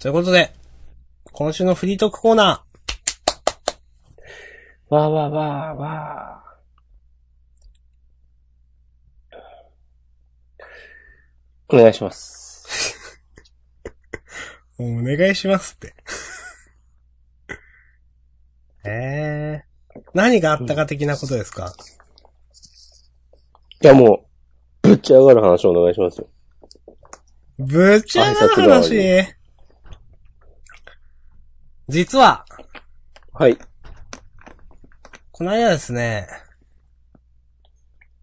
ということで、今週のフリートークコーナー、わーわーわーわー。お願いします。もうお願いしますって。 えー、何があったか的なことですか、いや、もう、ぶっち上がる話をお願いしますよ。ぶっちゃけ挨拶代わり話。実は、はい。この間ですね、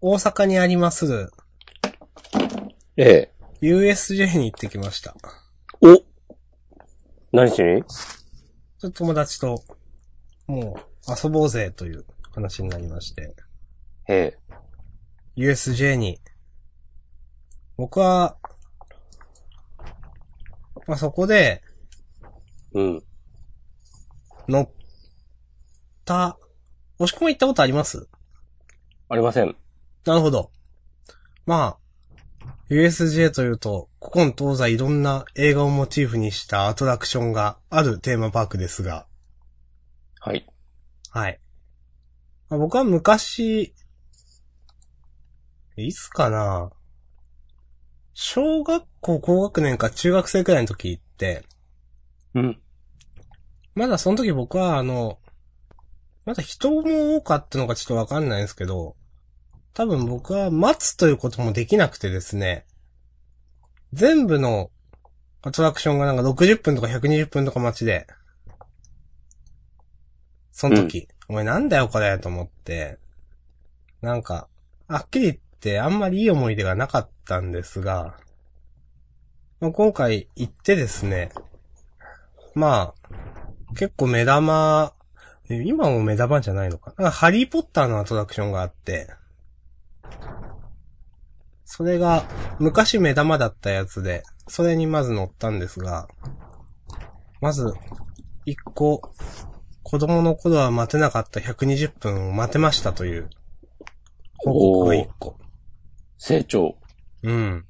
大阪にあります、ええ。 USJ に行ってきました。お何しにちょっと友達と、もう、遊ぼうぜという話になりまして、ええ。 USJ に、僕は、まあ、そこで、うん。乗った、押し込み行ったことありますありません。なるほど。まあ、USJ というと、古今東西いろんな映画をモチーフにしたアトラクションがあるテーマパークですが、はい。はい。まあ僕は昔、いつかな小学校高学年か中学生くらいの時行って、うん。まだその時僕はあの、まだ人も多かったのかちょっとわかんないんですけど、多分僕は待つということもできなくてですね、全部のアトラクションがなんか60分とか120分とか待ちで、その時、お前なんだよこれと思って、なんか、はっきり言ってあんまりいい思い出がなかったんですが、まあ、今回行ってですね、まあ、結構目玉、え今も目玉じゃないのかな。ハリーポッターのアトラクションがあって、それが昔目玉だったやつで、それにまず乗ったんですが、まず、一個、子供の頃は待てなかった120分を待てましたという、報告が一個。成長。うん。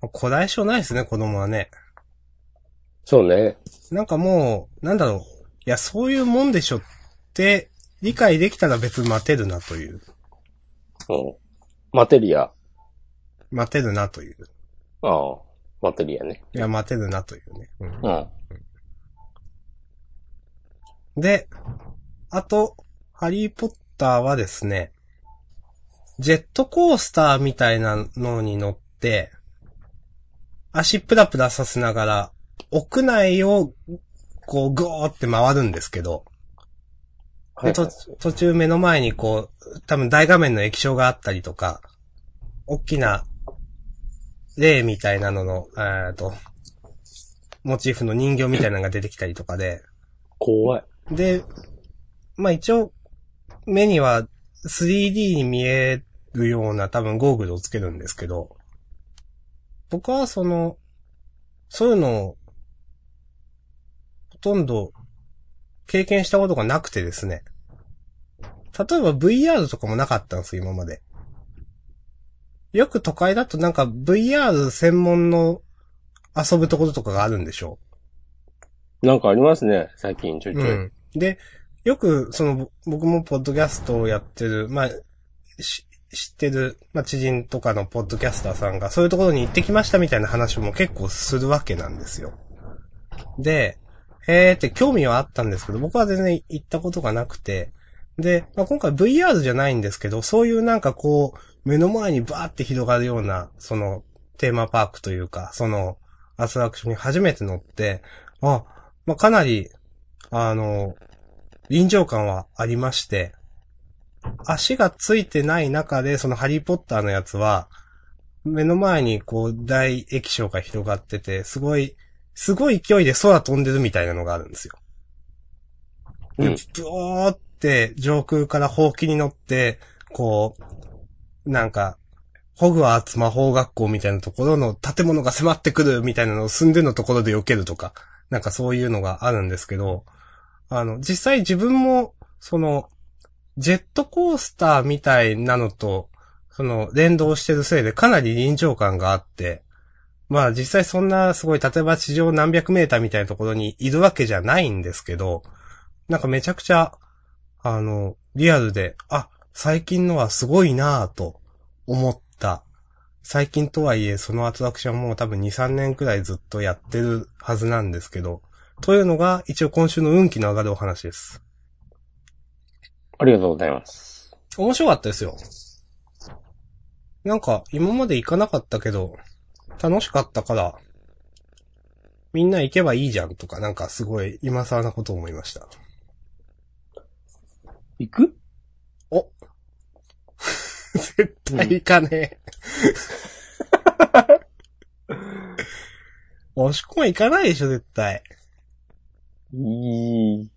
こだえ性ないですね、子供はね。そうね。なんかもう、なんだろう。いや、そういうもんでしょって、理解できたら別に待てるなという。うん。マテリア。待てるなという。ああ。マテリアね。いや、待てるなというね。うんうん。で、あと、ハリーポッターはですね、ジェットコースターみたいなのに乗って、足プラプラさせながら、屋内を、こう、ぐーって回るんですけど、はでい。と途中目の前にこう、多分大画面の液晶があったりとか、大きな、霊みたいなのの、えーと、モチーフの人形みたいなのが出てきたりとかで、怖い。で、まあ一応、目には 3D に見えるような多分ゴーグルをつけるんですけど、僕はその、そういうのを、ほとんど経験したことがなくてですね。例えば VR とかもなかったんですよ、今まで。よく都会だとなんか VR 専門の遊ぶところとかがあるんでしょうなんかありますね。最近ちょいちょい。うん。で、よく、その、ぼ僕もポッドキャストをやってる、まあ、し知ってる、まあ、知人とかのポッドキャスターさんが、そういうところに行ってきましたみたいな話も結構するわけなんですよ。で、へーって興味はあったんですけど、僕は全然行ったことがなくて、で、まあ、今回 VR じゃないんですけど、そういうなんかこう、目の前にバーって広がるような、その、テーマパークというか、その、アトラクションに初めて乗って、あ、まあ、かなり、あの、臨場感はありまして、足がついてない中で、そのハリーポッターのやつは、目の前にこう大液晶が広がってて、すごい、すごい勢いで空飛んでるみたいなのがあるんですよ。うでん。ブオーって上空からほうきに乗って、こう、なんか、ホグワーツ魔法学校みたいなところの建物が迫ってくるみたいなのを寸でのところで避けるとか、なんかそういうのがあるんですけど、あの、実際自分も、その、ジェットコースターみたいなのと、その、連動してるせいでかなり臨場感があって、まあ実際そんなすごい、例えば地上何百メーターみたいなところにいるわけじゃないんですけど、なんかめちゃくちゃ、あの、リアルで、あ、最近のはすごいなぁと思った。最近とはいえ、そのアトラクションも多分2、3年くらいずっとやってるはずなんですけど、というのが一応今週の運気の上がるお話です。ありがとうございます。面白かったですよ。なんか、今まで行かなかったけど、楽しかったから、みんな行けばいいじゃんとか、なんかすごい今更なことを思いました。行くお絶対行かねえ。押し込ま行かないでしょ、絶対。い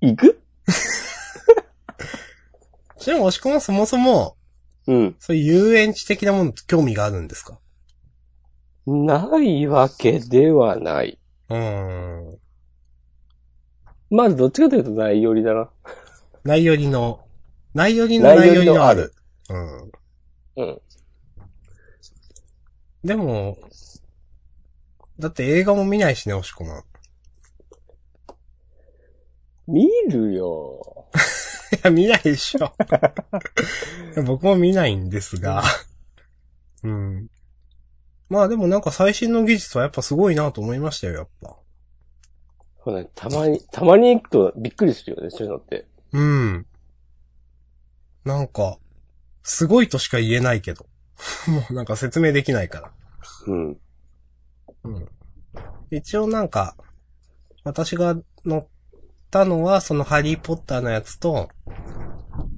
行くちなみに押し込まそもそも、うん。そういう遊園地的なものって興味があるんですかないわけではない。うーん。まずどっちかというとないよりだな。内寄りの、内寄りの内内寄寄りりののああるる。うん。うん。でも、だって映画も見ないしね、押し込まん。い 見るよ。や、見ないでしょ。 僕も見ないんですが。うん。まあでもなんか最新の技術はやっぱすごいなと思いましたよ、やっぱ。そうね、たまに、たまに行くとびっくりするよね、そういうのって。うん。なんか、すごいとしか言えないけど。 もうなんか説明できないから。うん。一応なんか、私が乗ったのは、そのハリーポッターのやつと、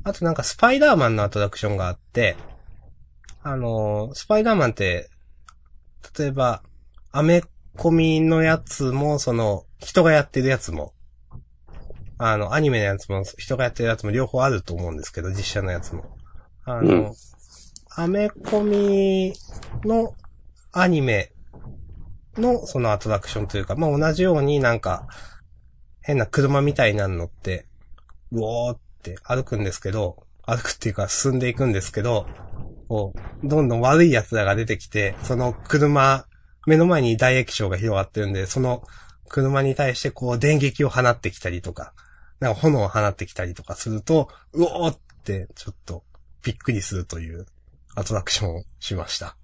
あとなんかスパイダーマンのアトラクションがあって、あのースパイダーマンって、例えば、アメコミのやつも、その、人がやってるやつも、あの、アニメのやつも、人がやってるやつも両方あると思うんですけど、実写のやつも。あの、うんアメコミのアニメのそのアトラクションというか、まあ、同じようになんか、変な車みたいなの乗って、うおーって歩くんですけど、歩くっていうか進んでいくんですけど、こう、どんどん悪い奴らが出てきて、その車、目の前に大液晶が広がってるんで、その車に対してこう電撃を放ってきたりとか、なんか炎を放ってきたりとかすると、うおーってちょっとびっくりするというアトラクションをしました。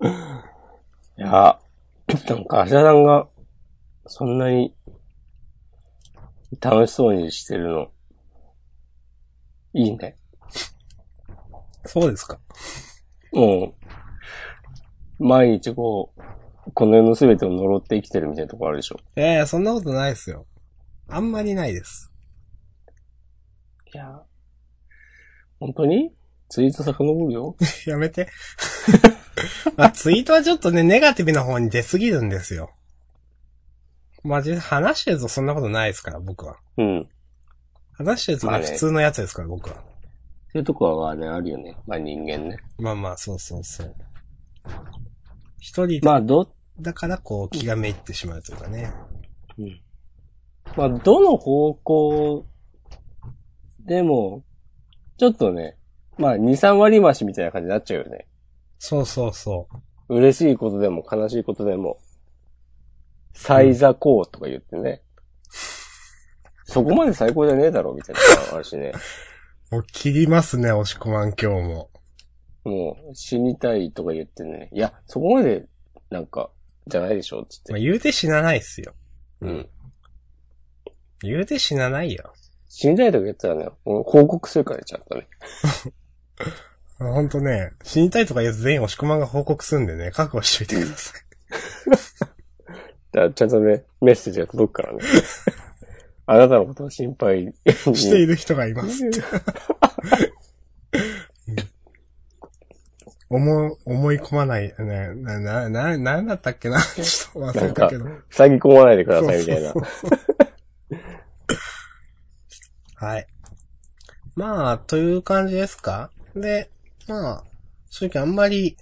いや、なんか、芦田さんが、そんなに、楽しそうにしてるの、いいね。そうですかもう、毎日こう、この世の全てを呪って生きてるみたいなとこあるでしょ。ええそんなことないですよ。あんまりないです。いや、本当にツイート遡るよ。やめて。 まあ、ツイートはちょっとね、ネガティブな方に出すぎるんですよ。まあ、実際話してるとそんなことないですから、僕は。うん。話してるとまね、あね普通のやつですから、僕は。そういうとこはね、あるよね。まあ人間ね。まあまあ、そうそうそう。一人まあど、だから、こう、気がめいってしまうというかね。まあどの方向でも、ちょっとね、まあ2、3割増しみたいな感じになっちゃうよね。そうそうそう。嬉しいことでも悲しいことでも、最座高とか言ってね。そこまで最高じゃねえだろ、みたいなのあるしね。もう切りますね、押し込まん今日も。もう死にたいとか言ってね。いや、そこまで、なんか、じゃないでしょ、つってまあ、。言うて死なないっすよ。うん。言うて死なないよ。死にたいとか言ったらね、俺報告するからちゃんとね。あほんとね、死にたいとか言うと全員押し込まんが報告すんでね、覚悟しといてください。だからちゃんとね、メッセージが届 くからね。あなたのことを心配にしている人がいます。思う、思い込まない、ね、な、な、な、なんだったっけなちょっと忘れたけど。塞ぎ込まないでくださいみたいなそ。うそうそうはい。まあ、という感じですかで、まあ、正直あんまり、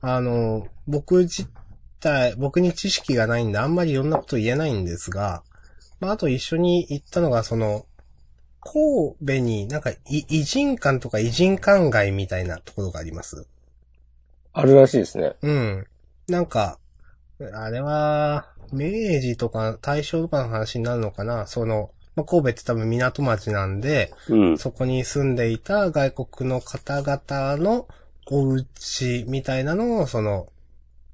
あの、僕自体、僕に知識がないんで、あんまりいろんなこと言えないんですが、まあ、あと一緒に行ったのが、その、神戸になんか、い偉人館とか偉人館街みたいなところがあります。あるらしいですね。うん。なんか、あれは、明治とか大正とかの話になるのかなその、まあ、神戸って多分港町なんで、うん。そこに住んでいた外国の方々のお家みたいなのを、その、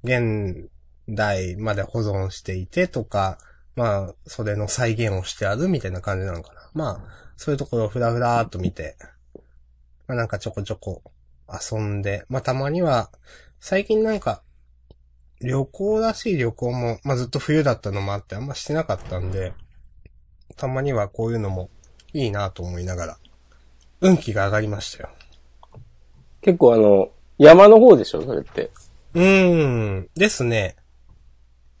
現代まで保存していてとか、まあ、それの再現をしてあるみたいな感じなのかな。まあ、そういうところをふらふらーっと見て、まあなんかちょこちょこ遊んで、まあたまには、最近なんか、旅行らしい旅行も、まあずっと冬だったのもあってあんましてなかったんで、たまにはこういうのもいいなと思いながら、運気が上がりましたよ。結構あの、山の方でしょそれって。うーん、ですね。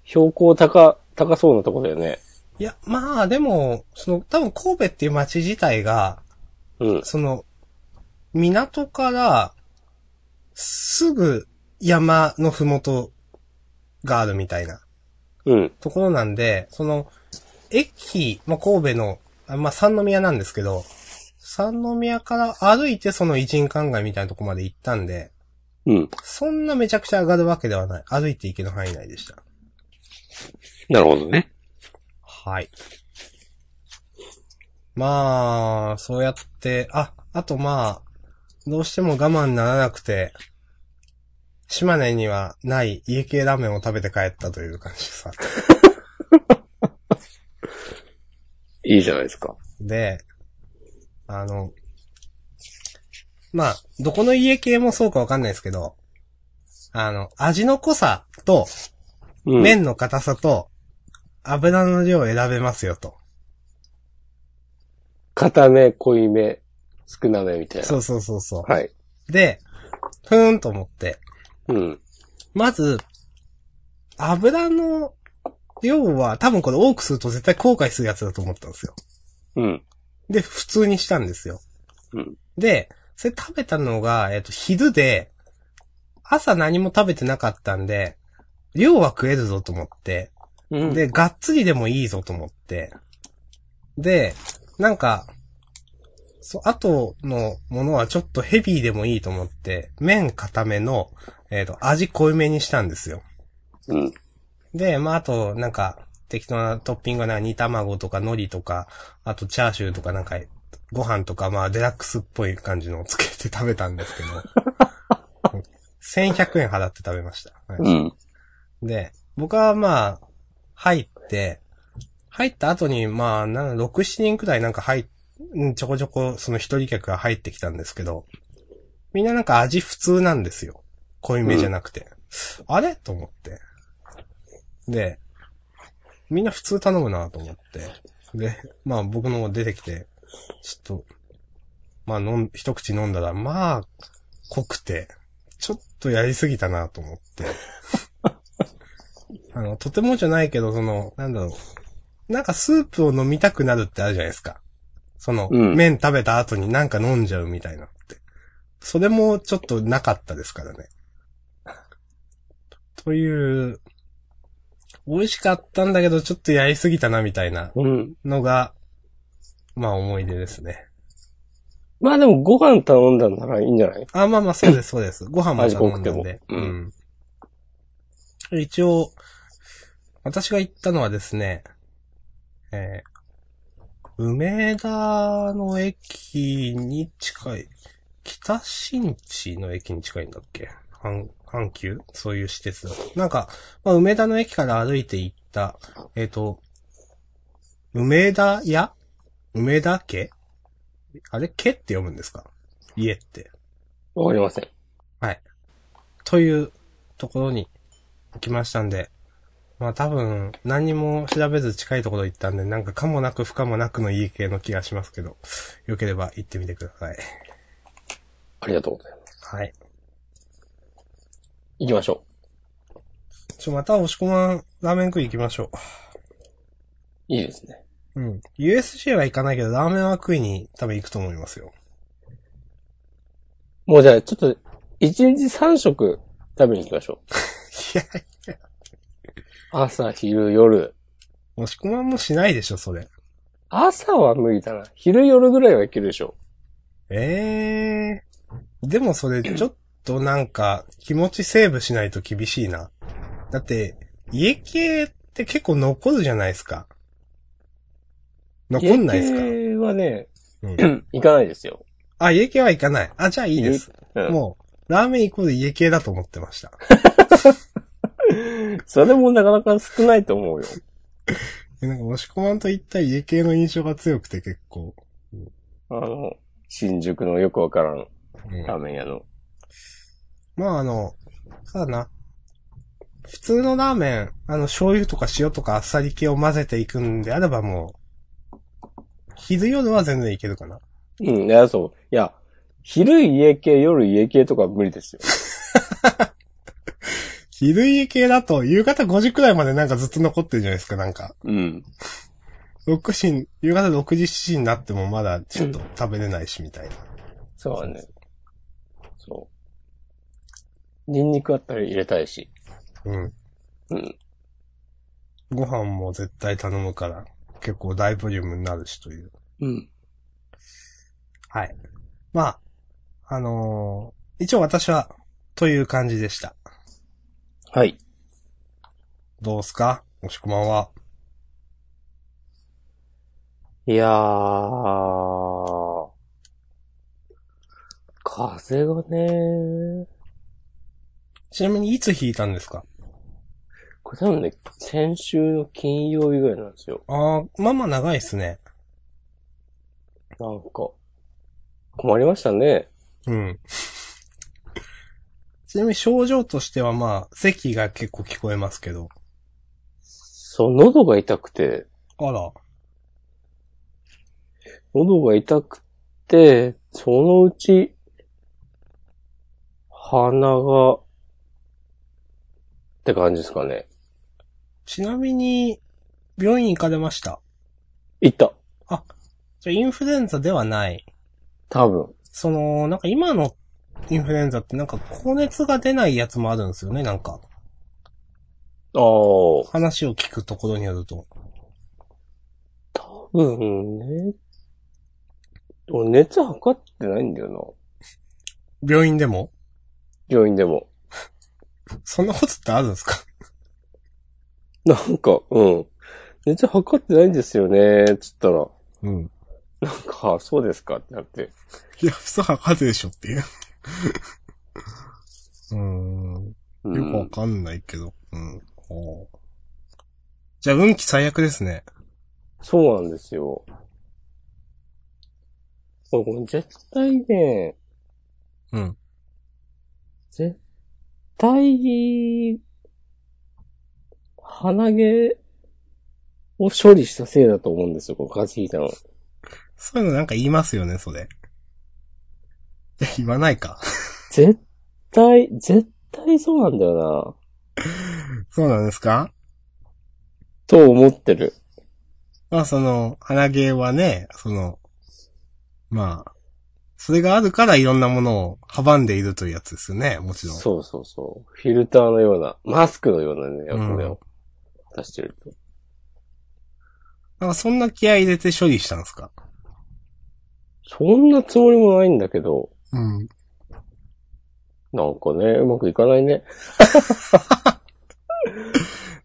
標高高、高そうなとこだよね。いや、まあでも、その、多分神戸っていう街自体が、うん。その、港から、すぐ山のふもとがあるみたいなうん。ところなんで、その、駅、まあ、神戸の、あまあ、三宮なんですけど、三宮から歩いてその偉人館街みたいなとこまで行ったんで、うん。そんなめちゃくちゃ上がるわけではない。歩いていける範囲内でした。なるほどね。はい。まあ、そうやって、あ、あとまあ、どうしても我慢ならなくて、島根にはない家系ラーメンを食べて帰ったという感じです。いいじゃないですか。で、あの、まあ、どこの家系もそうかわかんないですけど、あの、味の濃さと、うん。麺の硬さと、油の量を選べますよと。硬め、濃いめ、少なめみたいな。そうそうそうそはい。う。で、ふーんと思って、うん。まず、油の量は多分これ多くすると絶対後悔するやつだと思ったんですよ。うん。で、普通にしたんですよ。うんで、それ食べたのが、えっ、と、昼で、朝何も食べてなかったんで、量は食えるぞと思って、うん。で、がっつりでもいいぞと思って。で、なんか、そう、後のものはちょっとヘビーでもいいと思って、麺固めの、えっ、と、味濃いめにしたんですよ。うん。で、まあ、あと、なんか、適当なトッピングはなんか煮卵とか海苔とか、あとチャーシューとかなんか、ご飯とか、まあ、デラックスっぽい感じのをつけて食べたんですけど、うん1100円払って食べました。はいうん。で、僕はまあ、入って、入った後に、まあ、な6、7人くらいなんか入っ、うんちょこちょこ、その一人客が入ってきたんですけど、みんななんか味普通なんですよ。濃いめじゃなくて。あれと思って。で、みんな普通頼むなと思って。で、まあ僕のも出てきて、ちょっと、まあ飲ん、一口飲んだら、まあ、濃くて、ちょっとやりすぎたなと思 って。あの、とてもじゃないけど、その、なんだろう。なんかスープを飲みたくなるってあるじゃないですか。その、うん麺食べた後になんか飲んじゃうみたいなって。それもちょっとなかったですからね。という、美味しかったんだけど、ちょっとやりすぎたなみたいなうん。のが、まあ思い出ですね。まあでもご飯頼んだんならいいんじゃないあ、まあまあ、そうです、そう です。ご飯も頼んだん味濃でく。う。てもうん一応、私が行ったのはですね、えー梅田の駅に近い、北新地の駅に近いんだっけ阪阪急そういう施設だ。なんか、まあ、梅田の駅から歩いて行った、えっ、と、梅田屋梅田家あれ家って読むんですか家って。わかりません。というところに来ましたんで、まあ多分何にも調べず近いところ行ったんで、なんか可もなく不可もなくの家系の気がしますけど、よければ行ってみてください。ありがとうございます。はい。行きましょちょ、また押し込まんラーメン食い行きましょう。いいですね。う。うん。USJ は行かないけど、ラーメンは食いに多分行くと思いますよ。もうじゃあちょっと、一日三食食べに行きましょう。いや、朝、昼、夜。押し込まんもしないでしょ、それ。朝は無理だな。昼、夜ぐらいはいけるでしょ。ええー。でもそれ、ちょっとなんか、気持ちセーブしないと厳しいな。だって、家系って結構残るじゃないですか。残んないですか、家系はね、うん行かないですよ。あ、家系は行かない。あ、じゃあいいです。うんもう、ラーメンイコール家系だと思ってました。 それもなかなか少ないと思うよ。えなんか、押し込まんと一体家系の印象が強くて結構。あの、新宿のよくわからんうんラーメン屋の。まああの、そうだな。普通のラーメン、あの、醤油とか塩とかあっさり系を混ぜていくんであればもう、昼夜は全然いけるかな。うん、いや、そう。いや、昼家系、夜家系とか無理ですよ。昼家系だと、夕方5時くらいまでなんかずっと残ってるじゃないですか、なんか。うん。 6時、夕方6時、7時になってもまだちょっと食べれないし、みたいな。そうだね。そう。ニンニクあったら入れたいし。うん。うん。ご飯も絶対頼むから、結構大ボリュームになるしという。うん。はい。まあ、あのー一応私は、という感じでした。はい。どうすかもしこまんは。いやー。風がね、ちなみにいつ引いたんですかこれ多分ね、先週の金曜日ぐらいなんですよ。ああ、まあまあ長いっすね。なんか、困りましたね。うん。 ちなみに症状としてはまあ、咳が結構聞こえますけど。そう、喉が痛くて、あら。喉が痛くて、そのうち、鼻が、って感じですかね。ちなみに、病院行かれました。いった。じゃあインフルエンザではない。多分。その、なんか今のインフルエンザってなんか高熱が出ないやつもあるんですよね、なんか。ああ。多話を聞くところによると。分ね。俺熱測ってないんだよ病院でもな。病院でも。そんなことってあるんですかなんか、うん。熱測ってないんですよね、つったら。うん。なんか、あそうですかってなって。いや、普通測るでしょっていう。 うーん。うよくわん、かんないけど。うん。ほうじゃあ、運気最悪ですね。そうなんですよ。俺これ絶対ね、うん。絶対、鼻毛を処理したせいだと思うんですよ、この風邪ひいたの。そういうのなんか言いますよね、それ。いや言わないか。 絶対、絶対そうなんだよそうなんですかな、と思ってる。まあ、その、鼻毛はね、その、まあ、それがあるからいろんなものを阻んでいるというやつですよね、もちろん。そうそうそう。フィルターのような、マスクのようなね、うん役目を出してると。なんかそんな気合い入れて処理したんですかそんなつもりもないんだけど、うん。なんかね、うまくいかないね。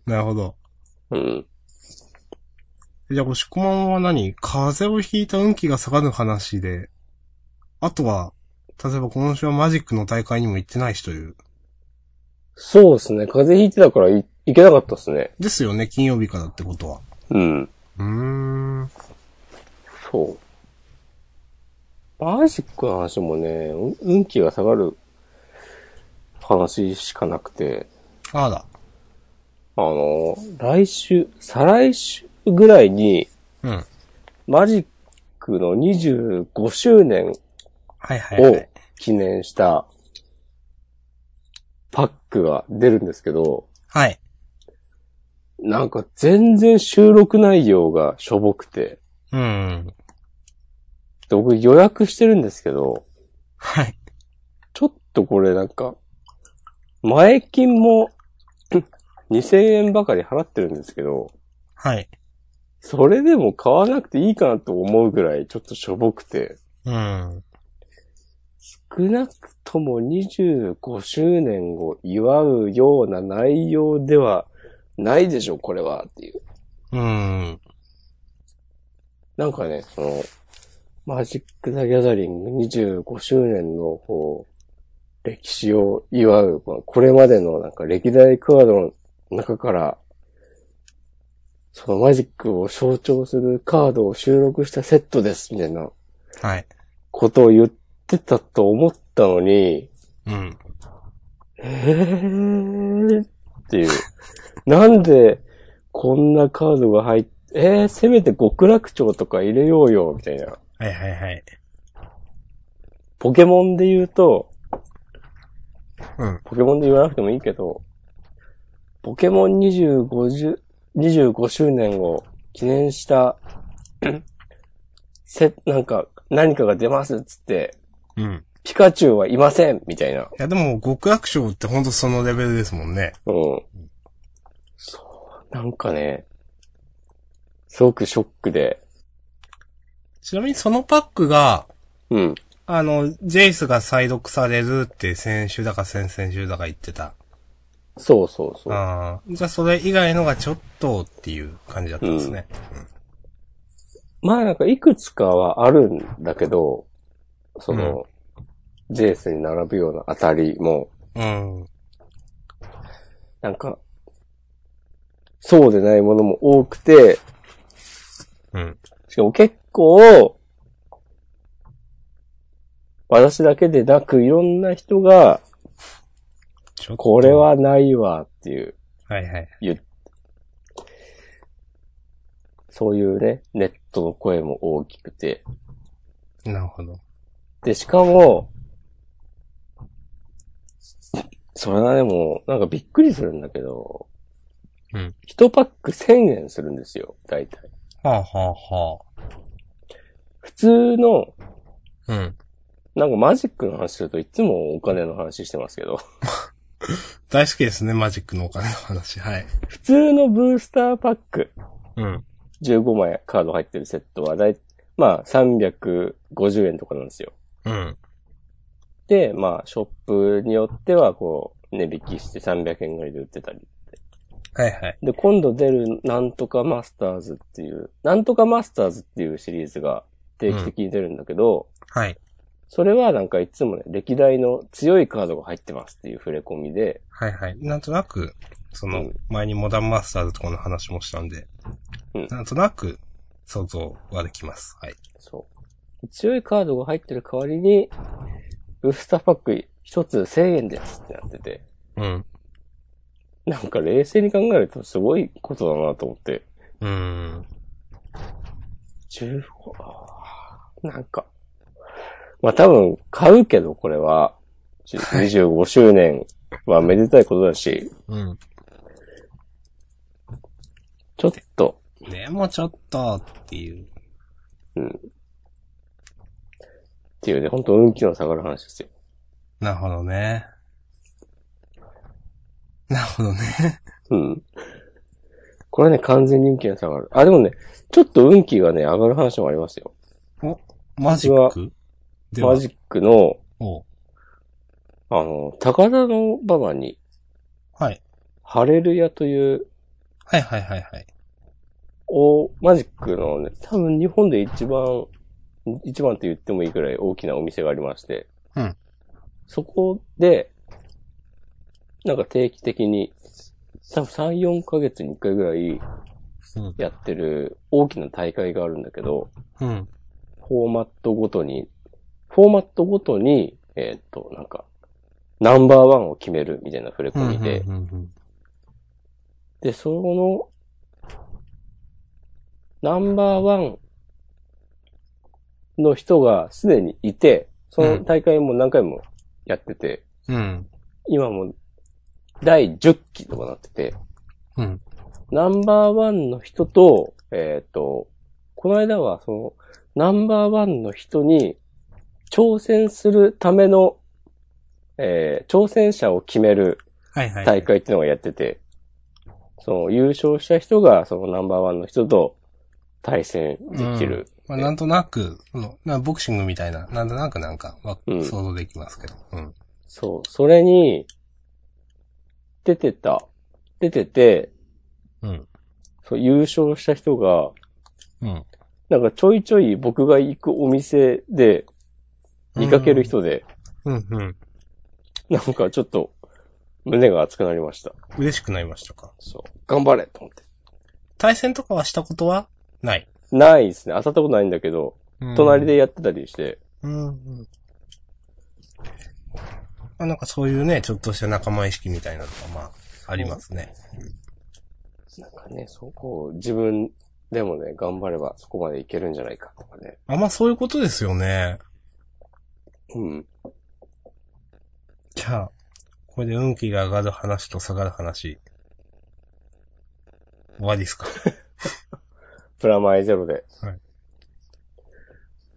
なるほど。うん。じゃあ、押し込まんは何風邪をひいた運気が下がる話で、あとは、例えば今週はマジックの大会にも行ってないしという。そうですね。風邪ひいてたからいいけなかったですね。ですよね、金曜日からってことは。うん。うーん。そう。マジックの話もね、う運気が下がる話しかなくて、あら。あの、来週、再来週ぐらいに、うん。マジックの25周年はいはい、はをい。記念したパックが出るんですけど、はい。なんか全然収録内容がしょぼくて、うん。で僕予約してるんですけど、はい。ちょっとこれなんか、前金も2000円ばかり払ってるんですけど、はい。それでも買わなくていいかなと思うぐらいちょっとしょぼくて、うん。少なくとも25周年を祝うような内容ではないでしょ、これは、っていう。うん。なんかね、その、マジック・ザ・ギャザリング25周年の、こう、歴史を祝う、まあこれまでのなんか歴代クワードの中から、そのマジックを象徴するカードを収録したセットです、みたいなはい。ことを言ってたと思ったのに、うん。へーっていう。なんで、こんなカードが入って、えー、せめて極楽鳥とか入れようよ、みたいな。はいはいはい。ポケモンで言うと、うん。ポケモンで言わなくてもいいけど、ポケモン25じゅ25周年を記念した、 せ、なんか、何かが出ますっつって、うん。いピカチュウはいませんみたいな。やでも、極楽賞ってほんとそのレベルですもんね。うん。そう、なんかね、すごくショックで、ちなみにそのパックが、うん。あの、ジェイスが再読されるって先週だか先々週だか言ってた。そうそうそう。ああ。じゃあそれ以外のがちょっとっていう感じだったんですね。まあなんかいくつかはあるんだけど、その、ジェイスに並ぶような当たりも、うん。なんか、そうでないものも多くて、うん。しかも結構、私だけでなくいろんな人が、ちょっとこれ。はないわっていう、はいはい。そういうね、ネットの声も大きくて。なるほど。で、しかも、それはでも、なんかびっくりするんだけど、うん1パック1000円するんですよ、大体。はあはあは普通の、あ。うん。なんかマジックの話するといつもお金の話してますけど、 大好きですね、マジックのお金の話。はい。普通のブースターパック、うん。 15枚カード入ってるセットはだい、まあ350円とかなんですよ。うん。で、まあショップによってはこう、値引きして300円ぐらいで売ってたり。はいはい。で、今度出るなんとかマスターズっていう、なんとかマスターズっていうシリーズが定期的に出るんだけど、はい。それはなんかいつもね、歴代の強いカードが入ってますっていう触れ込みで、はいはい。なんとなく、そうのん、前にモダンマスターズとかの話もしたんで、うんなんとなく、想像はできます。はい。そう。強いカードが入ってる代わりに、ブースターパック一つ1000円ですってなってて、うん。なんか冷静に考えるとすごいことだなと思って、うーん。 15、あーなんか、まあ多分買うけどこれは、25周年はめでたいことだし、うん。ちょっと、でもちょっと、っていう。っていうね、本当運気の下がる話ですよ。なるほどね。なるほどね。うん。これはね、完全に運気の下がる。あ、でもね、ちょっと運気がね、上がる話もありますよ。お、マジックではマジックの、おあの、高田の馬場に、はい。ハレルヤという、はいはいはいはい。お、マジックのね、多分日本で一番、一番って言ってもいいくらい大きなお店がありまして、うん。そこで、なんか定期的に、多分3、4ヶ月に1回ぐらいうん。やってる大きな大会があるんだけど、うん。フォーマットごとに、フォーマットごとに、えーっと、なんか、ナンバーワンを決めるみたいな触れ込みで、うんうんうんで、その、ナンバーワンの人がすでにいて、その大会も何回もやってて、うん。うん。今も第10期とかなってて、うん。ナンバーワンの人と、えっ、と、この間はその、ナンバーワンの人に挑戦するための、えー挑戦者を決めるはいはい。大会っていうのをやってて、その優勝した人がそのナンバーワンの人と対戦できるまあ、なんとなく、うん、なボクシングみたいな、なんとなくなんかは、うん想像できますけど。うん。そう、それに、出てた。出てて、うん。そう、優勝した人が、うん。なんかちょいちょい僕が行くお店で見かける人で、うん、うん。なんかちょっと胸が熱くなりました。嬉しくなりましたか。そう。頑張れと思って。対戦とかはしたことはない。ないですね。当たったことないんだけど、隣。でやってたりして、うん、うん。まあ、なんかそういうね、ちょっとした仲間意識みたいなのが、まあ、ありますね。なんかね、そこを自分でもね、頑張ればそこまでいけるんじゃないかとかね。あ、まあそういうことですよね。うん。じゃあ、これで運気が上がる話と下がる話。終わりですかプラマイゼロで。はい。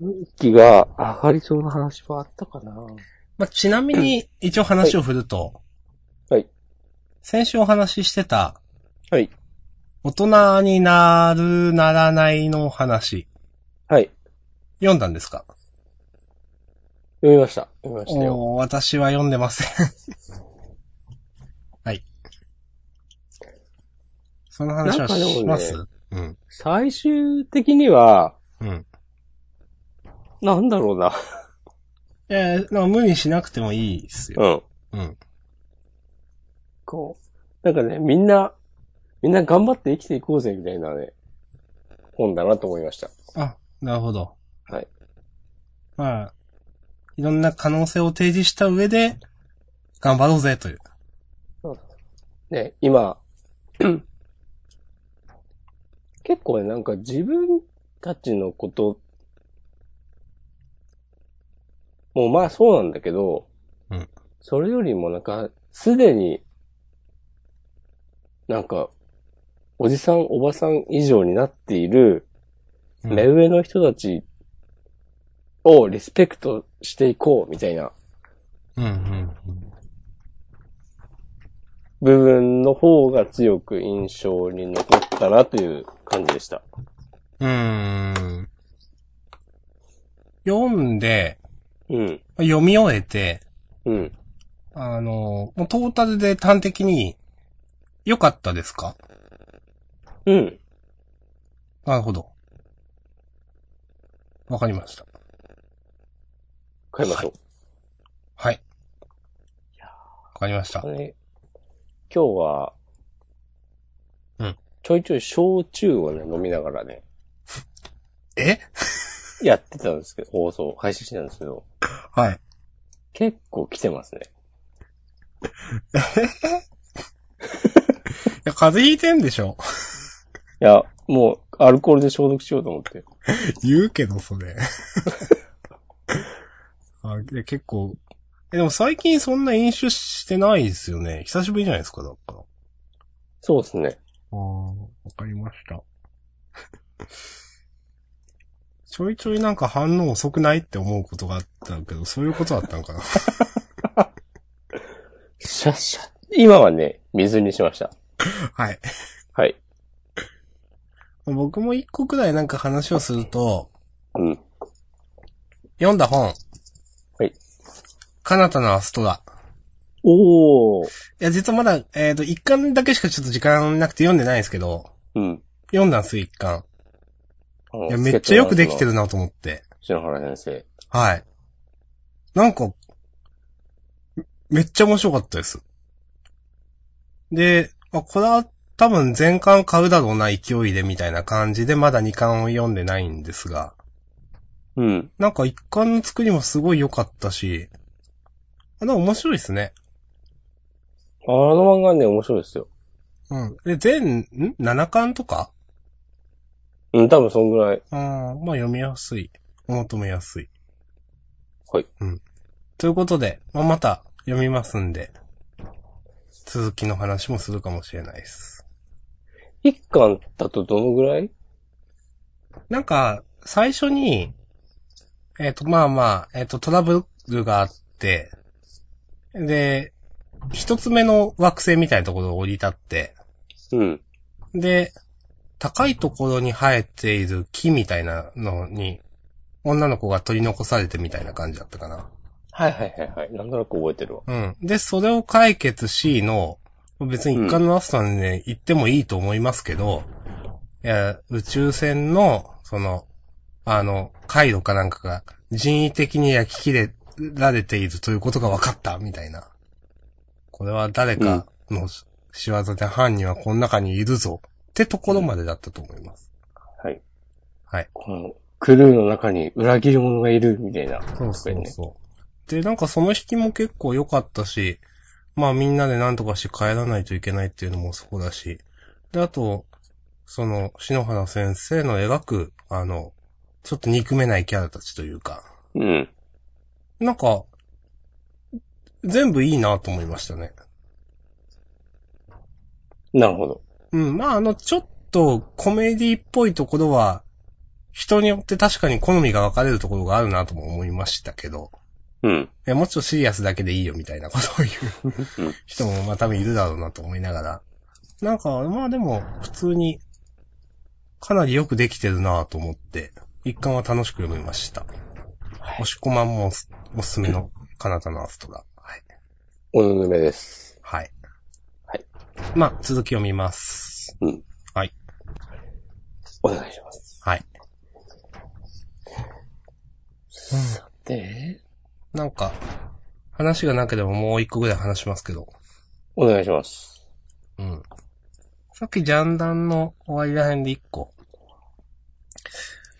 運気が上がりそうな話はあったかな まあ、ちなみに、一応話を振ると。はい。先週お話ししてた、はい。大人になる、ならないのお話。はい。読んだんですか読みました。読みましたよ。おー私は読んでません。 はい。その話はします、なうん。最終的には、うん。なんだろうな。いや、なんか無理しなくてもいいですよ。ん。うん。こう、なんかね、みんな、みんな頑張って生きていこうぜ、みたいなね、本だなと思いました。あ、なるほど。はい。まあ、いろんな可能性を提示した上で、頑張ろうぜという。ね、今、 結構ね、なんか自分たちのこと、もうまあそうなんだけど、うんそれよりもなんか、すでに、なんか、おじさん、おばさん以上になっている、うん目上の人たちをリスペクトしていこうみたいなうんうんうん。部分の方が強く印象に残ったなという感じでした。うーん。読んで、うん。読み終えて、うん。あの、もうトータルで端的に、良かったですかうん。なるほど。わかりました。買いましょはい。わかりましたう。。ね今日は、うんちょいちょい焼酎をね、飲みながらね、えやってたんですけど、放送、配信してたんですけど、はい。結構来てますね。いや、風邪ひいてんでしょ いや、もう、アルコールで消毒しようと思って。言うけど、それ。 あいや結構。え、でも最近そんな飲酒してないですよね。久しぶりじゃないですか、だから。そうですね。ああ、わかりました。 ちょいちょいなんか反応遅くないって思うことがあったけど、そういうことだったのかな。 シャッシャッ。今はね、水にしました。はい。はい。僕も一個くらいなんか話をすると、うん。読んだ本。はい。かなたのアストラ。おー。いや、実はまだ、えっ、と、一巻だけしかちょっと時間なくて読んでないんですけど、うん。読んだんですよ、一巻。あのいや、めっちゃよくできて。るなと思って。篠原先生。はい。なんか、めめっちゃ面白かったです。で、あ、これは多分全巻買うだろうな勢いでみたいな感じで、まだ2巻を読んでないんですが、うん。なんか1巻の作りもすごい良かったし、あ、でも面白いですね。あの漫画ね、面白いですよ。うん。で、全、ん ?7 巻とかうん、多分そんぐらうい。ん、まあ読みやすい。お求めやすい。はい。うん。ということで、まあ、また読みますんで、続きの話もするかもしれないです。一巻だとどのぐらいなんか、最初に、えっ、と、まあまあ、えっ、と、トラブルがあって、で、一つ目の惑星みたいなところを降り立って、うん。で、高いところに生えている木みたいなのに、女の子が取り残されてみたいな感じだったかな。はいはいはいはい。なんとなく覚えてるわ。うん。で、それを解決しの、別に一貫のラストなんで行ってもいいと思いますけど、いや、宇宙船の、その、あの、回路かなんかが人為的に焼き切れられているということが分かった、みたいな。これは誰かの仕業で犯人はこの中にいるぞ、ってところまでだったと思います。はい。はい。この、クルーの中に裏切り者がいる、みたいな。そうそうそう。で、なんかその引きも結構良かったし、まあみんなでなんとかして帰らないといけないっていうのもそうだし、で、あと、その、篠原先生の描く、あの、ちょっと憎めないキャラたちというか、うん。なんか、全部いいなと思いましたね。なるほど。うん、まああの、ちょっとコメディっぽいところは、人によって確かに好みが分かれるところがあるなとも思いましたけど、うん。いや、もうちょっとシリアスだけでいいよみたいなことを言う人もまあ多分いるだろうなと思いながら。なんか、まあでも、普通に、かなりよくできてるなと思って、一巻は楽しく読みました。押し込まんもおすおすすめの、カナタのアストラ。はい。おぬぬめです。はい。はい。まあ、続き読みます。うん。はい。お願いします。はい。で、なんか、話がなければもう一個ぐらい話しますけど。お願いします。うん。さっきジャンダンの終わりら辺で一個。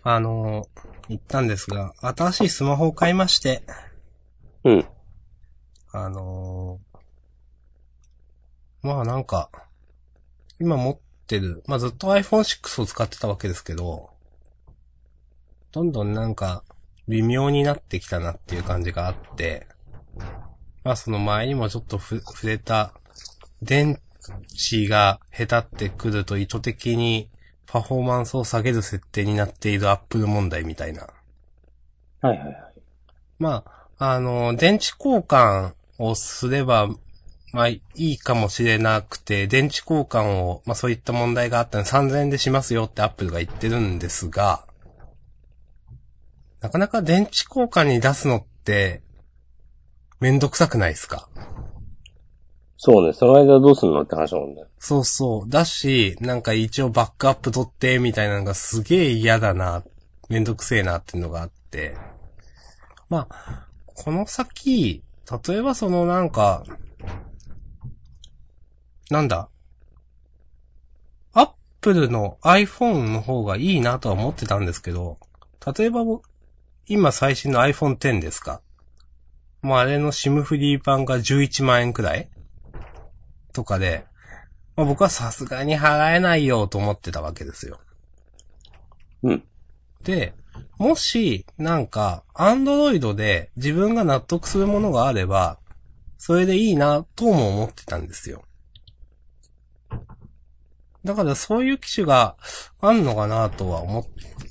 あのー言ったんですが、新しいスマホを買いまして、うん。あのーまあなんか、今持ってる、まあずっと iPhone6 を使ってたわけですけど、どんどんなんか、微妙になってきたなっていう感じがあって、まあその前にもちょっとふ触れた、電池が下手ってくると意図的にパフォーマンスを下げる設定になっている Apple 問題みたいな。はいはいはい。まあ、あの、電池交換をすれば、まあ、いいかもしれなくて、電池交換を、まあそういった問題があったので3000円でしますよってアップルが言ってるんですが、なかなか電池交換に出すのって、めんどくさくないですかそうね、その間どうすんのって話なんだよ。そうそう。だし、なんか一応バックアップ取って、みたいなのがすげえ嫌だな、めんどくせえなっていうのがあって。まあ、この先、例えばそのなんか、なんだ、アップルの iPhone の方がいいなとは思ってたんですけど、例えば僕今最新の iPhone X ですかもうあれの SIM フリー版が11万円くらいとかで、まあ、僕はさすがに払えないよと思ってたわけですよ。うん。で、もし、なんか、アンドロイドで自分が納得するものがあれば、それでいいな、とも思ってたんですよ。だからそういう機種があんのかなとは思っ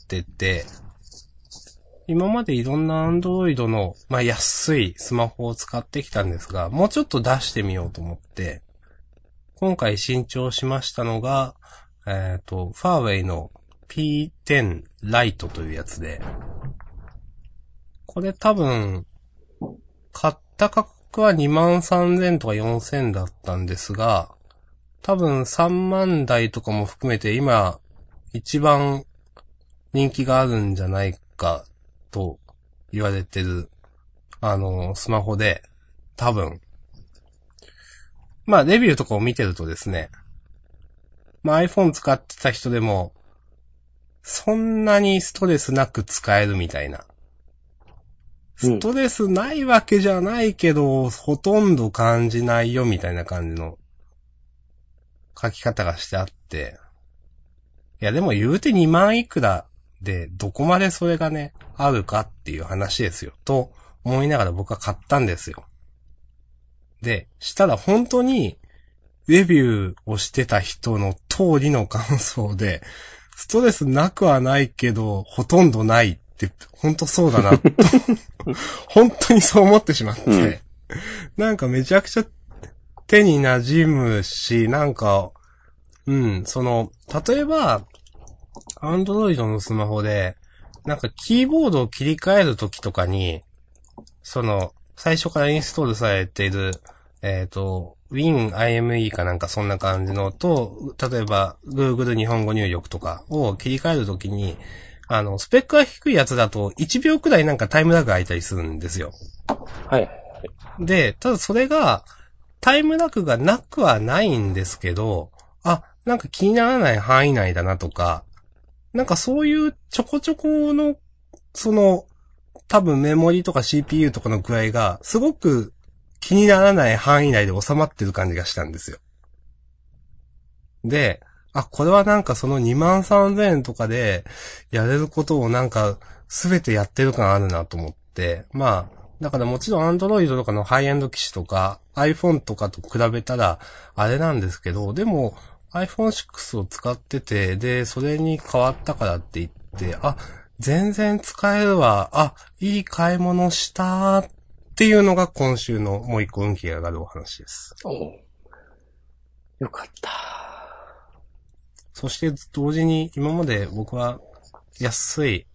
てて、今までいろんなアンドロイドの、まあ、安いスマホを使ってきたんですが、もうちょっと出してみようと思って、今回新調しましたのが、えっ、と、ファーウェイの P10 ライトというやつで、これ多分、買った価格は2万3000とか4000だったんですが、多分3万台とかも含めて今、一番人気があるんじゃないかと言われてる、あの、スマホで、多分。まあ、レビューとかを見てるとですね、まあ iPhone 使ってた人でも、そんなにストレスなく使えるみたいな。うんストレスないわけじゃないけど、ほとんど感じないよみたいな感じの書き方がしてあって。いやでも言うて2万いくらで、どこまでそれがね、あるかっていう話ですよ。と思いながら僕は買ったんですよ。で、したら本当に、レビューをしてた人の通りの感想で、ストレスなくはないけど、ほとんどないって、本当そうだな、と、 本当にそう思ってしまって、うんなんかめちゃくちゃ手に馴染むし、なんか、うん、その、例えば、アンドロイドのスマホで、なんかキーボードを切り替えるときとかに、その、最初からインストールされている、えっ、と、WinIME かなんかそんな感じのと、例えば Google 日本語入力とかを切り替えるときに、あの、スペックが低いやつだと1秒くらいなんかタイムラグが空いたりするんですよ。はい。で、ただそれが、タイムラグがなくはないんですけど、あ、なんか気にならない範囲内だなとか、なんかそういうちょこちょこの、その、多分メモリとか CPU とかの具合が、すごく気にならない範囲内で収まってる感じがしたんですよ。で、あ、これはなんかその2万3000円とかでやれることをなんか全てやってる感あるなと思って、まあ、だからもちろん Android とかのハイエンド機種とか iPhone とかと比べたらあれなんですけど、でも iPhone6 を使ってて、で、それに変わったからって言って、あ、全然使えるわ、あ、いい買い物したっていうのが今週のもう一個運気が上がるお話です。おうよかった。そして同時に今まで僕は安い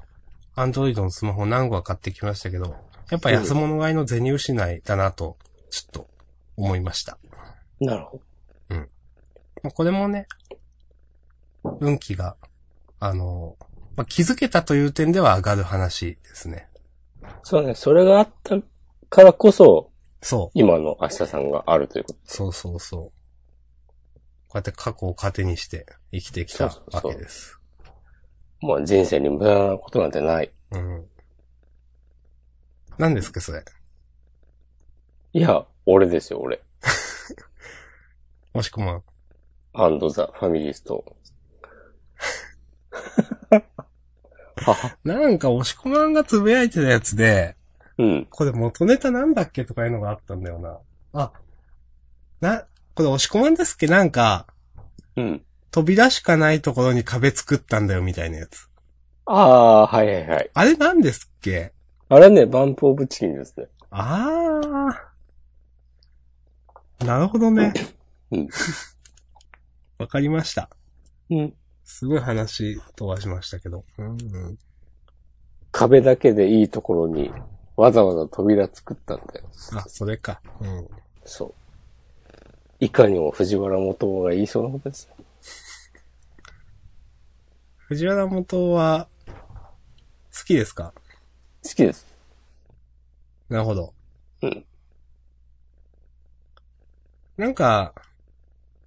Android のスマホ何個か買ってきましたけど、やっぱ安物買いの銭失いだなと、ちょっと思いました。なるほど。まあ、これもね、運気が、あの、まあ、気づけたという点では上がる話ですね。そうね、それがあったからこそ、そう。今の明日さんがあるということ。そうそうそう。こうやって過去を糧にして生きてきたわけです。もう人生に無駄なことなんてない。うん。何ですか、それ。いや、俺ですよ、俺。もしくも、アンドザ・ファミリーストーン。はは。なんか、押し込まんがつぶやいてたやつで、うん。これ元ネタなんだっけとかいうのがあったんだよな。あ、な、これ押し込まんですっけなんか、うん。扉しかないところに壁作ったんだよ、みたいなやつ。ああー、はいはいはい。あれなんですっけあれね、バンプオブチキンですね。あー。なるほどねうん。 わかりました。うん。すごい話飛ばしましたけど。うんうん、壁だけでいいところに、わざわざ扉作ったんだよ。あ、それか。うん。そう。いかにも藤原元雄が言いそうなことです。藤原元は、好きですか好きです。なるほど。うん。なんか、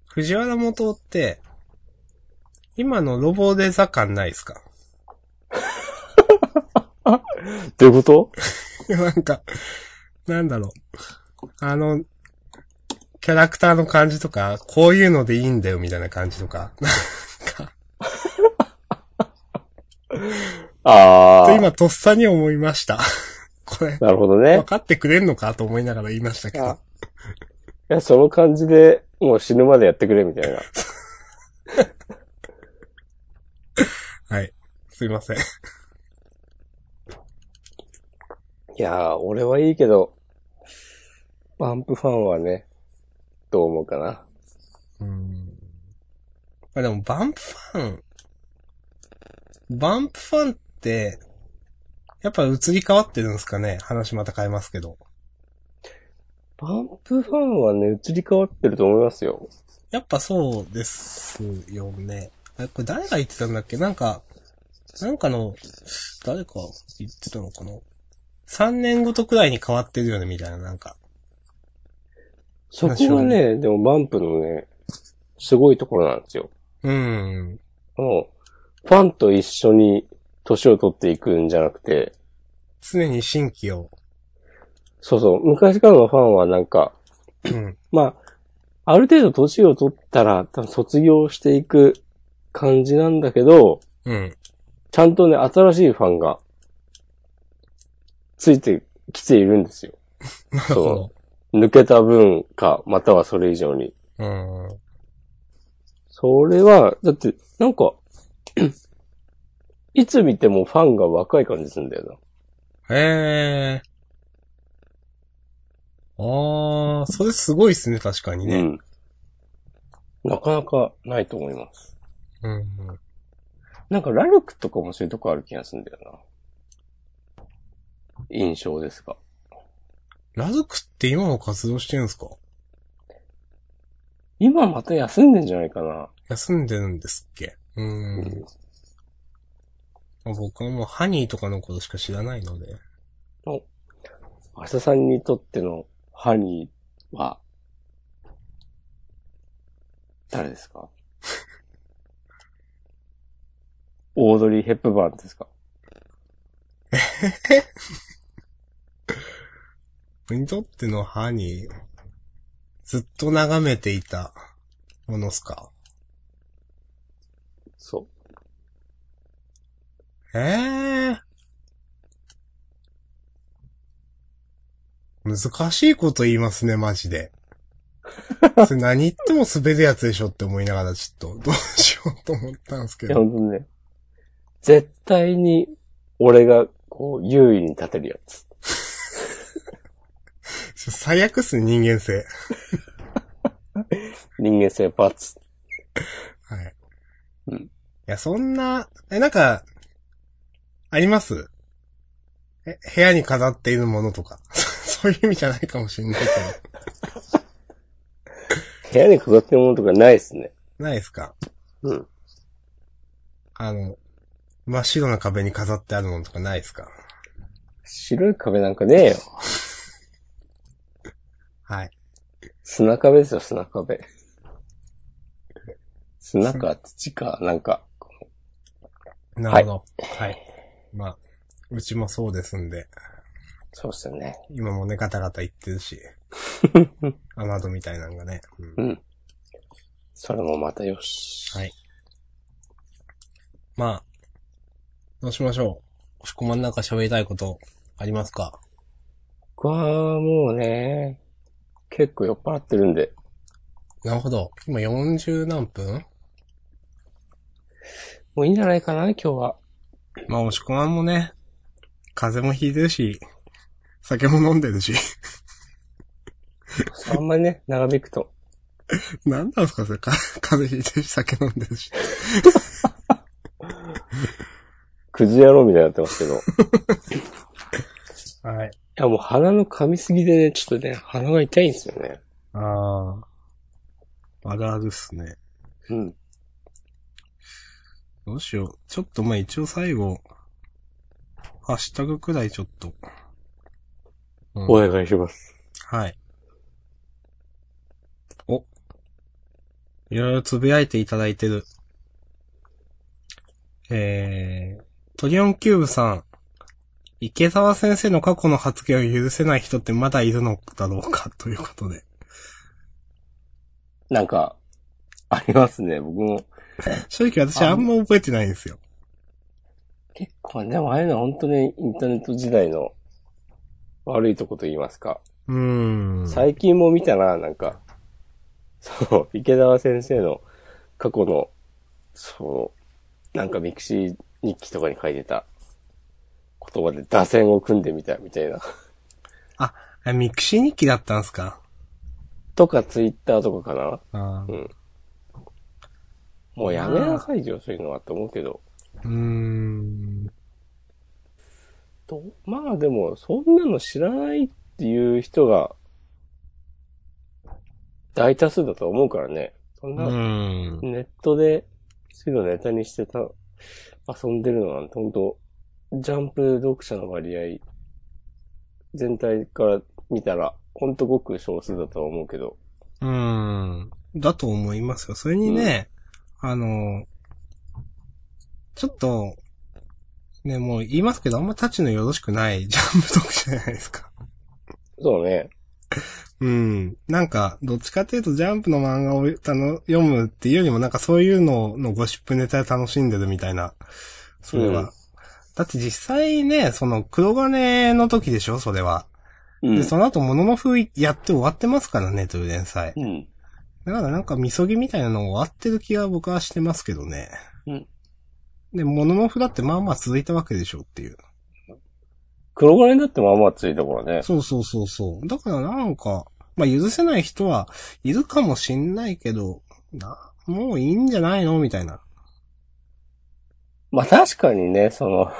藤原元って、今のロボデザ感ないですか どういうことなんか、なんだろう。あの、キャラクターの感じとか、こういうのでいいんだよみたいな感じとか。ああ。今とっさに思いました。 これ、なるほどね分。かってくれんのかと思いながら言いましたけどあ。いや、その感じで、もう死ぬまでやってくれ、みたいな。はい。すいません。いやー、俺はいいけど、バンプファンはね、どう思うかな。うん。まあでも、バンプファン、バンプファンって、やっぱ移り変わってるんですかね話また変えますけど。バンプファンはね、移り変わってると思いますよ。やっぱそうですよね。あれこれ誰が言ってたんだっけなんか、なんかの、誰か言ってたのかな ?3 年ごとくらいに変わってるよねみたいな、なんか。そこがね、でもバンプのね、すごいところなんですよ。うん。あの、ファンと一緒に年を取っていくんじゃなくて、常に新規を。そうそう、昔からのファンはなんか、うん。まあ、ある程度年を取ったら、多分卒業していく感じなんだけど、うん。ちゃんとね、新しいファンが、ついてきているんですよ。 なるほど。抜けた分か、またはそれ以上に。 うん。それは、だって、なんか、いつ見てもファンが若い感じするんだよな。へえ。あー、それすごいっすね、確かにね。うん。なかなかないと思います。うんうん。なんかラルクとかもそういうとこある気がするんだよな。印象ですが。ラズクって今も活動してるんですか今また休んでんじゃないかな。休んでるんですっけうん。まあ僕はもうハニーとかのことしか知らないので。明日さんにとってのハニーは、誰です かオードリー・ヘップバーンですか僕にとってのハニー、ずっと眺めていたものっすかそええ難しいこと言いますね、マジ で。それ何言っても滑るやつでしょって思いながらちょっとどうしようと思ったんですう。けいや、ど。本当にね。絶対に、俺が、こう、優位に立てるやつ。最悪っすね、人間性。人間性バツ。はい。うんいや、そんな、え、なんか、ありますえ、部屋に飾っているものとか。 そういう意味じゃないかもしんないけ部屋に飾ってるものとかないっすね。ど。ないですかうん。あの、真っ白な壁に飾ってあるものとかないですか白い壁なんかねえよ。はい。砂壁ですよ、砂 壁。砂か土か、なんか。なるほど。はい。まあ、うちもそうですんで、そうっすよね。今もね、ガタガタ言ってる し、雨戸みたいなのがね。うんうん。それもまたよし。はいまあ、どうしましょう。押し込まんなんか喋りたいことありますか僕はもうね、結構酔っ払ってるんで、なるほど。今40何分もういいんじゃないかな、今日は。まあ、押し込まんもね、風邪もひいてるし、酒も飲んでるし。 あんまりね、長引くと。なんなんすか、それ。か風邪ひいてるし、酒飲んでるし。クズ野郎みたいになってますけど。いはい。や、もう鼻の噛みすぎでね、ちょっとね、鼻が痛いんですよね。ああ。あるあるっすね。うん。どうしよう。ちょっとまあ一応最後、ハッシュタグくらいちょっと。うんお願いします。はい。お。いろいろつぶやいていただいてる。えー、トリオンキューブさん。池沢先生の過去の発言を許せない人ってまだいるのだろうかということで。 なんか、ありますね、僕も。正直私あんま覚えてないんですよ。結構ね、でもああいうのは本当にインターネット時代の悪いとこと言いますか。うーん。最近も見たな、なんか、そう、池澤先生の過去の、そう、なんかミクシー日記とかに書いてた言葉で打線を組んでみたみたいな。あミクシー日記だったんすかとかツイッターとかかな。あーもうやめなさいよ、そういうのはって思うけど。うーん。とまあでも、そんなの知らないっていう人が、大多数だと思うからね。そんうーな、ん。ネットで、そういうのネタにしてた、遊んでるのなんて、ほんと、ジャンプ読者の割合、全体から見たら、ほんとごく少数だとは思うけど、うーん。だと思いますよ。それにね、あの、ちょっと、ね、もう言いますけど、あんま立ちのよろしくない ジャンプ読者じゃないですか。そうね。うん。なんか、どっちかっていうとジャンプの漫画をあの読むっていうよりも、なんかそういうののゴシップネタを楽しんでるみたいな。それは。うんだって実際ね、その黒金の時でしょそれは。うで、ん。その後、ものの風やって終わってますからね、という連載。うん。だからなんか、みそぎみたいなの終わってる気が僕はしてますけどね。うん。で、モノノフだってまあまあ続いたわけでしょっていう。黒金だってまあまあついたからね。そうそうそうそう。だからなんか、まあ許せない人はいるかもしんないけど、な、もういいんじゃないのみたいな。まあ確かにね、その、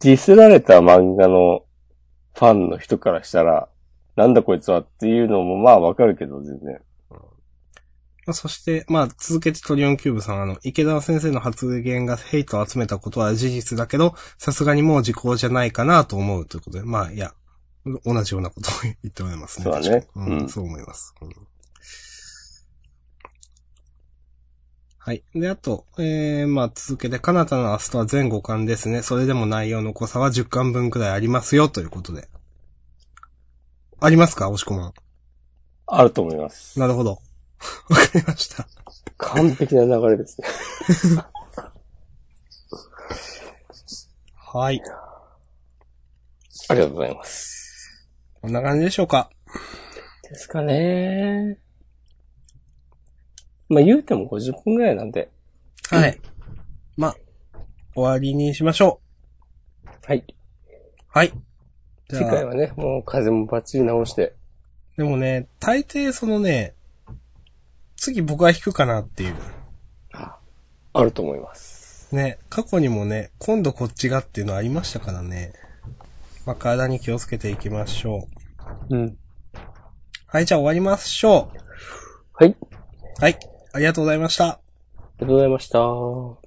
ディスられた漫画のファンの人からしたら、なんだこいつはっていうのもまあわかるけど、全然。まあそして、まあ、続けてトリオンキューブさん、あの、池田先生の発言がヘイトを集めたことは事実だけど、さすがにもう時効じゃないかなと思うということで、まあ、いや、同じようなことを言っておりますね。そうだね確かにうん、うんそう思います。うんはい。で、あと、えー、まあ、続けて、カナタの明日は全5巻ですね。それでも内容の濃さは10巻分くらいありますよ、ということで。ありますか押し込まん。あると思います。なるほど。 わかりました。完璧な流れ ですね。はい。ありがとうございます。こんな感じでしょうか。ですかね。まあ言うても50分ぐらいなんで。はい。ま、終わりにしましょはい。う。はい。じ次ゃ回あ、はね、もう風もバッチリ直して。でもね、大抵そのね、次僕は引くかなっていう。あると思います。ね、過去にもね、今度こっちがっていうのありましたからね。まあ、体に気をつけていきましょう。うん。はい、じゃあ終わりましょはい。ありう。はい。ありがとうございました。がとうございました。